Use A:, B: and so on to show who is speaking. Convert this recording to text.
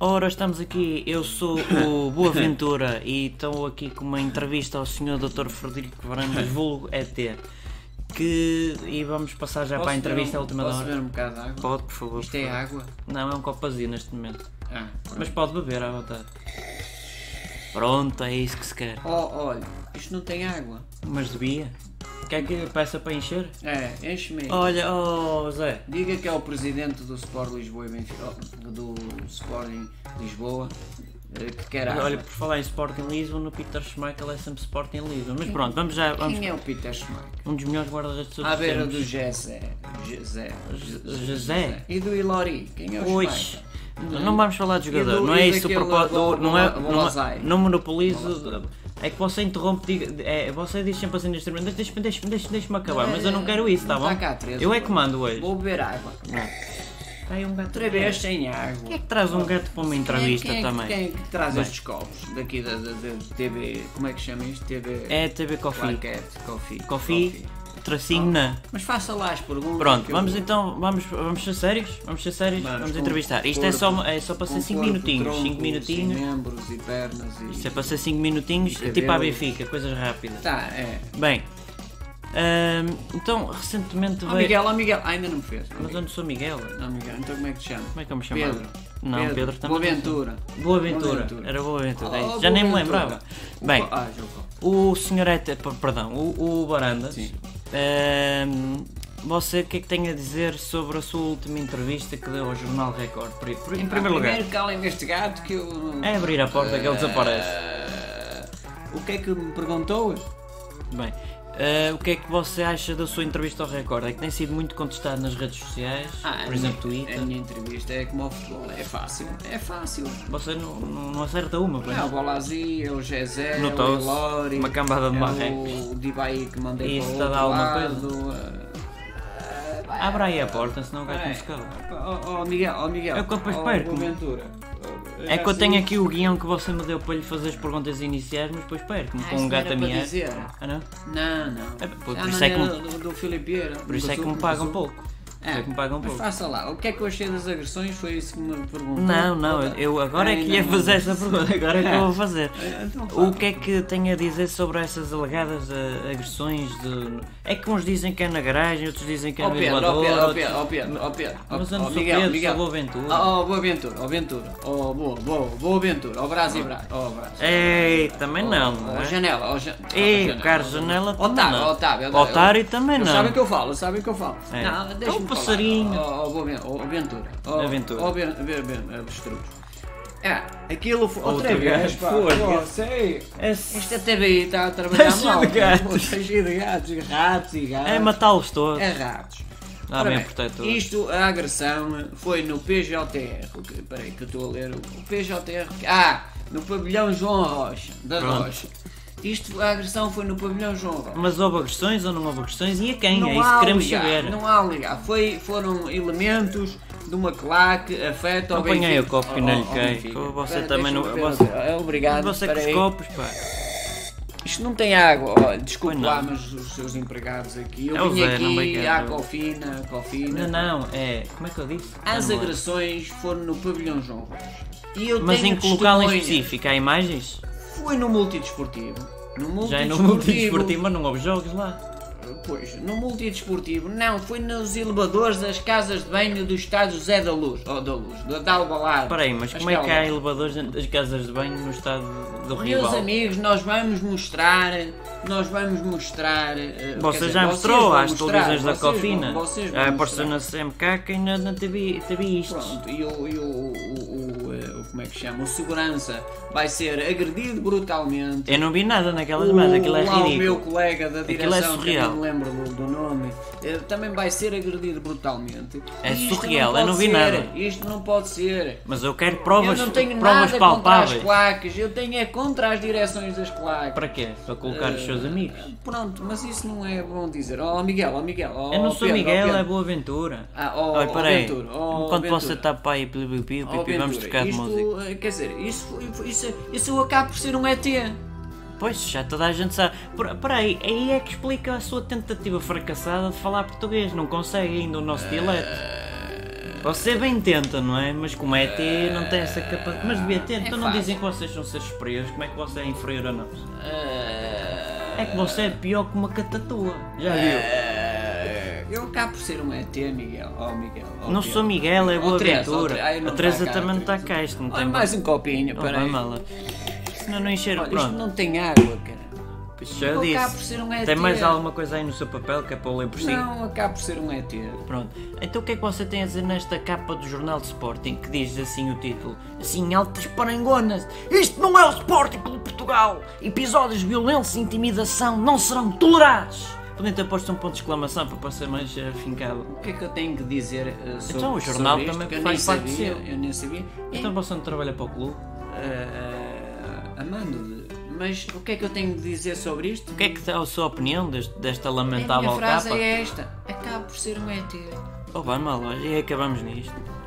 A: Ora, estamos aqui, eu sou o Boaventura e estou aqui com uma entrevista ao Sr. Dr. Frederico Varandas, vulgo ET, que... e vamos passar já para a entrevista à última da
B: posso
A: hora.
B: beber um bocado de água?
A: Pode, por favor.
B: Isto
A: por
B: é
A: favor.
B: água?
A: Não, é um copo vazio neste momento,
B: Ah, pronto.
A: mas pode beber à vontade. Pronto, é isso que se quer.
B: Oh, olha, isto não tem água.
A: Mas devia. Quer que peça para encher?
B: É, enche-me.
A: Olha, oh Zé,
B: Diga que é o presidente do Sport Lisboa e Benfica, oh, do Sporting Lisboa, eh, que quer água.
A: olha, por falar em Sporting Lisbon, o Peter Schmeichel é sempre Sporting Lisbon. Mas pronto, vamos já, vamos
B: Quem é o Peter Schmeichel?
A: um dos melhores guarda-redes de todos
B: À
A: os
B: beira
A: tempos.
B: do José. José.
A: José.
B: E do Ilori? Quem é o
A: Pois.
B: Schmeichel?
A: Não vamos falar de jogador,
B: E do-
A: não é
B: e
A: isso o
B: daquele
A: propósito.
B: do-
A: Não é,
B: do- do
A: não, é,
B: Lozai.
A: não monopolizo. É que você interrompe, diga, é, você diz sempre assim neste momento, deixa-me deixa, deixa, deixa acabar, mas eu não quero isso, tá
B: Não
A: bom?
B: tá cá, Teresa.
A: eu é que mando hoje.
B: Vou beber água.
A: Tá aí um gato.
B: Outra vez sem
A: Quem é
B: água.
A: que traz um gato para uma entrevista
B: quem é, que-
A: também?
B: Quem é que traz
A: Bem.
B: estes copos daqui da, da, da TV? Como é que chama isto? TV.
A: É a TV Coffee.
B: Plaquete, coffee.
A: Coffee, tracinho na.
B: Mas faça lá as perguntas.
A: Pronto,
B: que eu-
A: vamos então, vamos, vamos ser sérios? Vamos ser sérios? Vamos,
B: Vamos, com
A: entrevistar. Isto é
B: corpo,
A: só, é só para
B: com
A: ser 5
B: corpo,
A: minutinhos.
B: tronco,
A: 5 minutinhos.
B: Sem membros e pernas e.
A: Isto é para ser 5 minutinhos,
B: E
A: tipo à
B: cabelos.
A: Benfica, coisas rápidas.
B: Tá, é.
A: Bem, ahm, então recentemente
B: Ó
A: veio.
B: Miguel, ó Miguel, Ah, ainda não me fez.
A: Mas eu não sou Miguel.
B: Não, Miguel, então como é que te chama?
A: Como é que eu me chamava?
B: Pedro.
A: Não, Pedro, também.
B: Boa Ventura.
A: Boa Aventura. Era Boa Aventura. é
B: Oh,
A: isso. Já nem me lembrava. Bem,
B: Ah, Jocó.
A: o senhor é. Perdão, o, o Barandas.
B: Sim.
A: ahm, você, o que é que tem a dizer sobre a sua última entrevista que deu ao Jornal Record? Por- por- Em primeiro lugar,
B: Primeiro calem este gato que eu.
A: é abrir a porta que ele desaparece.
B: Eh, O que é que me perguntou?
A: Bem, eh, o que é que você acha da sua entrevista ao Record? É que tem sido muito contestado nas redes sociais,
B: Ah, a
A: por exemplo,
B: minha-
A: Twitter.
B: A minha entrevista é como ao futebol. É fácil. É fácil.
A: Você não, não, não acerta uma, pois?
B: É o Bolazi, é o Jezé, é
A: No
B: o
A: tosse,
B: Ilori,
A: uma cambada de
B: é
A: marrecos.
B: o Dibai que mandei
A: Isso
B: para
A: dá
B: o outro
A: alguma
B: lado.
A: Abra aí a porta, senão o
B: ah,
A: gajo
B: é.
A: nos cala.
B: Oh, oh, Miguel, oh Miguel. Assim,
A: É que eu depois
B: oh,
A: perco.
B: Boa Ventura.
A: É que eu tenho aqui o guião que você me deu para lhe fazer as perguntas iniciais, mas depois perco-me
B: Ah,
A: com
B: isso
A: um
B: não
A: gato
B: era
A: a
B: para
A: miar.
B: dizer.
A: Ah, não?
B: Não, Ah, não.
A: É, por-
B: A
A: por isso é que
B: maneira do, do Filipe Vieira.
A: Por isso é que me pagam pouco. Por isso é que me pagam
B: mas
A: pouco.
B: faça lá, o que é que eu achei das agressões? Foi isso que me perguntou?
A: Não, não, eu- eu agora é que
B: Ai,
A: ia
B: não.
A: fazer essa pergunta, agora é que eu vou fazer.
B: Então fala.
A: O que é que tem a dizer sobre essas alegadas eh, agressões de. É que uns dizem que é na garagem, outros dizem que é
B: Ó
A: no
B: Pedro, ó
A: elevador.
B: Pedro, ó
A: outros-
B: Pedro, ó Pedro, ó Pedro. ó-
A: Mas eu não
B: ó
A: sou
B: Miguel,
A: Pedro,
B: Miguel.
A: sou
B: Ah,
A: Boa Ventura.
B: Ó, ó, Boa Ventura, ó Ventura. Ó, boa, boa, boa Ventura. Ó Brás e Brás. Ó, Brás.
A: É, Ei, também não,
B: Ó,
A: não é?
B: janela, ó, ja-
A: Ei,
B: ó,
A: o Carlos Janela também
B: Otário,
A: não.
B: Otário,
A: Otário também não.
B: Sabe o que eu falo, sabe o que eu falo.
A: É.
B: Não,
A: Então,
B: deixa-me falar.
A: passarinho.
B: Ó, ó, boa Ventura, ó, Ventura. Ó,
A: Aventura.
B: Ó, Ben, Ben, Ben, Avestruz. É, aquilo foi outra,
A: Outra
B: vez,
A: vez,
B: pá.
A: foi.
B: Pô, sei.
A: É,
B: Esta TVI está a trabalhar
A: Está cheio
B: mal.
A: de gatos.
B: Pô, Está cheio de gatos, e ratos e gatos.
A: é matá-los todos.
B: Ah, É ratos.
A: Ah,
B: Ora
A: bem, protetor.
B: Isto, a agressão, foi no PJR. o que- Peraí, que eu estou a ler. O o PJR. que- Ah, no pavilhão João Rocha. Da
A: Pronto.
B: Rocha. Isto, a agressão foi no pavilhão João Rocha.
A: Mas houve agressões ou não houve agressões? E a quem?
B: Não
A: é isso
B: há
A: que queremos
B: ligar,
A: saber.
B: Não há ligar. Foi, foram elementos de uma claque afeto ao
A: Não ponha
B: Benfica.
A: aí o copo que
B: Ao-
A: não
B: ao-
A: lhe
B: ao
A: cai.
B: Benfica.
A: Você
B: Espera,
A: também não-
B: deixa-me ver. É,
A: você-
B: Obrigado.
A: Você
B: espera
A: que os
B: aí.
A: copos, pá.
B: Isto não tem água, ó,
A: Pois
B: desculpe
A: não.
B: lá, mas os seus empregados aqui. Eu
A: É o
B: vim
A: Zé, não me
B: aqui
A: quero.
B: à cofina, à cofina.
A: Não, não, é. Como é que eu disse? Não,
B: As
A: não é.
B: agressões foram no pavilhão João Rocha. E eu
A: Mas
B: tenho
A: em que local em
B: testemunhas.
A: específico? Há imagens?
B: Foi no multidesportivo. No multidesportivo.
A: Já é no multidesportivo, mas não houve jogos lá.
B: Pois, no multidesportivo. Não, foi nos elevadores das casas de banho do estádio Zé da Luz. Ou da Luz, da, da Albalade.
A: Espera aí, mas
B: As
A: como é que há
B: caldas.
A: elevadores dentro das casas de banho no estado do Rio?
B: Meus amigos, nós vamos mostrar, nós vamos mostrar... eh,
A: Você
B: quer dizer,
A: já mostrou
B: vão
A: às
B: mostrar,
A: televisões da
B: vocês vão-
A: Cofina? Ah,
B: Vocês vão
A: Já
B: mostrar.
A: apareceu na CMK e na, na TV, TV isto.
B: Pronto, e o, e o, o- o, eh, o- como é que chama? O segurança vai ser agredido brutalmente.
A: Eu não vi nada naquelas imagens, É, aquilo é
B: lá o meu
A: ridículo.
B: colega da
A: Aquilo é
B: direção, que eu
A: surreal.
B: não me lembro do, do nome, eh, também vai ser agredido brutalmente.
A: É
B: E isto
A: surreal,
B: pode
A: eu não vi
B: ser,
A: nada.
B: Isto não pode ser.
A: Mas eu quero provas,
B: eu não tenho
A: provas
B: nada contra
A: palpáveis.
B: as claques, eu tenho é contra as direções das claques.
A: Para quê? Para colocar os
B: Eh,
A: seus amigos.
B: Pronto, mas isso não é bom dizer. Oh Miguel, oh Miguel, oh
A: Eu não sou
B: Pedro, oh
A: Miguel,
B: Pedro.
A: é Boa Aventura.
B: Ah, ó,
A: Olha,
B: ó,
A: peraí.
B: Ventura, ó,
A: Enquanto você
B: Ventura.
A: está para aí, pipi, pipi,
B: Oh,
A: pipi, Tipo, vamos
B: Ventura,
A: trocar de
B: isto,
A: música.
B: eh, Quer dizer, isso, foi- foi- isso, isso eu acabo por ser um ET.
A: Pois, já toda a gente sabe. Por- Peraí, aí é que explica
B: Eh,
A: a sua tentativa fracassada de falar português. Não consegue ainda o nosso dialeto. Você bem tenta, não é? Mas como é ET, não tem essa capacidade. Mas devia ter,
B: É
A: então não
B: fácil.
A: dizem que vocês são seres superiores, como é que você é inferior a nós?
B: Ah,
A: É que você é pior que uma catatua, já
B: eh,
A: viu?
B: ah, Eu cá por ser um ET, Miguel. Oh, Miguel. oh,
A: Não
B: Pedro.
A: sou Miguel, é
B: Oh,
A: boa
B: Teresa, oh,
A: aventura.
B: Teresa. Ai, não
A: A Teresa
B: tá cá,
A: também não está
B: Teresa.
A: cá, isto não
B: Olha,
A: tem
B: mais um copinho,
A: Não
B: peraí.
A: Então vai mala. Senão não encher,
B: Olha, isto
A: pronto.
B: não tem água, cara.
A: Já
B: Vou cá por
A: disse.
B: ser um ET.
A: Tem mais alguma coisa aí no seu papel que é para eu ler por cima?
B: Não, acaba por ser um ET.
A: Pronto. Então o que é que você tem a dizer nesta capa do jornal de Sporting que diz assim o título? Assim, em altas parangonas. Isto não é o Sporting Clube de Portugal. Episódios de violência e intimidação não serão tolerados. Podem ter posto um ponto de exclamação para parecer mais eh, afincado.
B: O que é que eu tenho que dizer eh, sobre
A: Então, o jornal
B: sobre isto,
A: também
B: que eu nem
A: faz parte
B: sabia,
A: seu.
B: Eu nem sabia. E,
A: Então você não trabalha para o clube?
B: eh, Amando-te, mas o que é que eu tenho que dizer sobre isto?
A: O que é que dá a sua opinião deste- desta
B: É A minha
A: lamentável
B: frase
A: tá capa?
B: é esta. Acaba por ser um ET.
A: Oh, vai mal, olha, e acabamos nisto.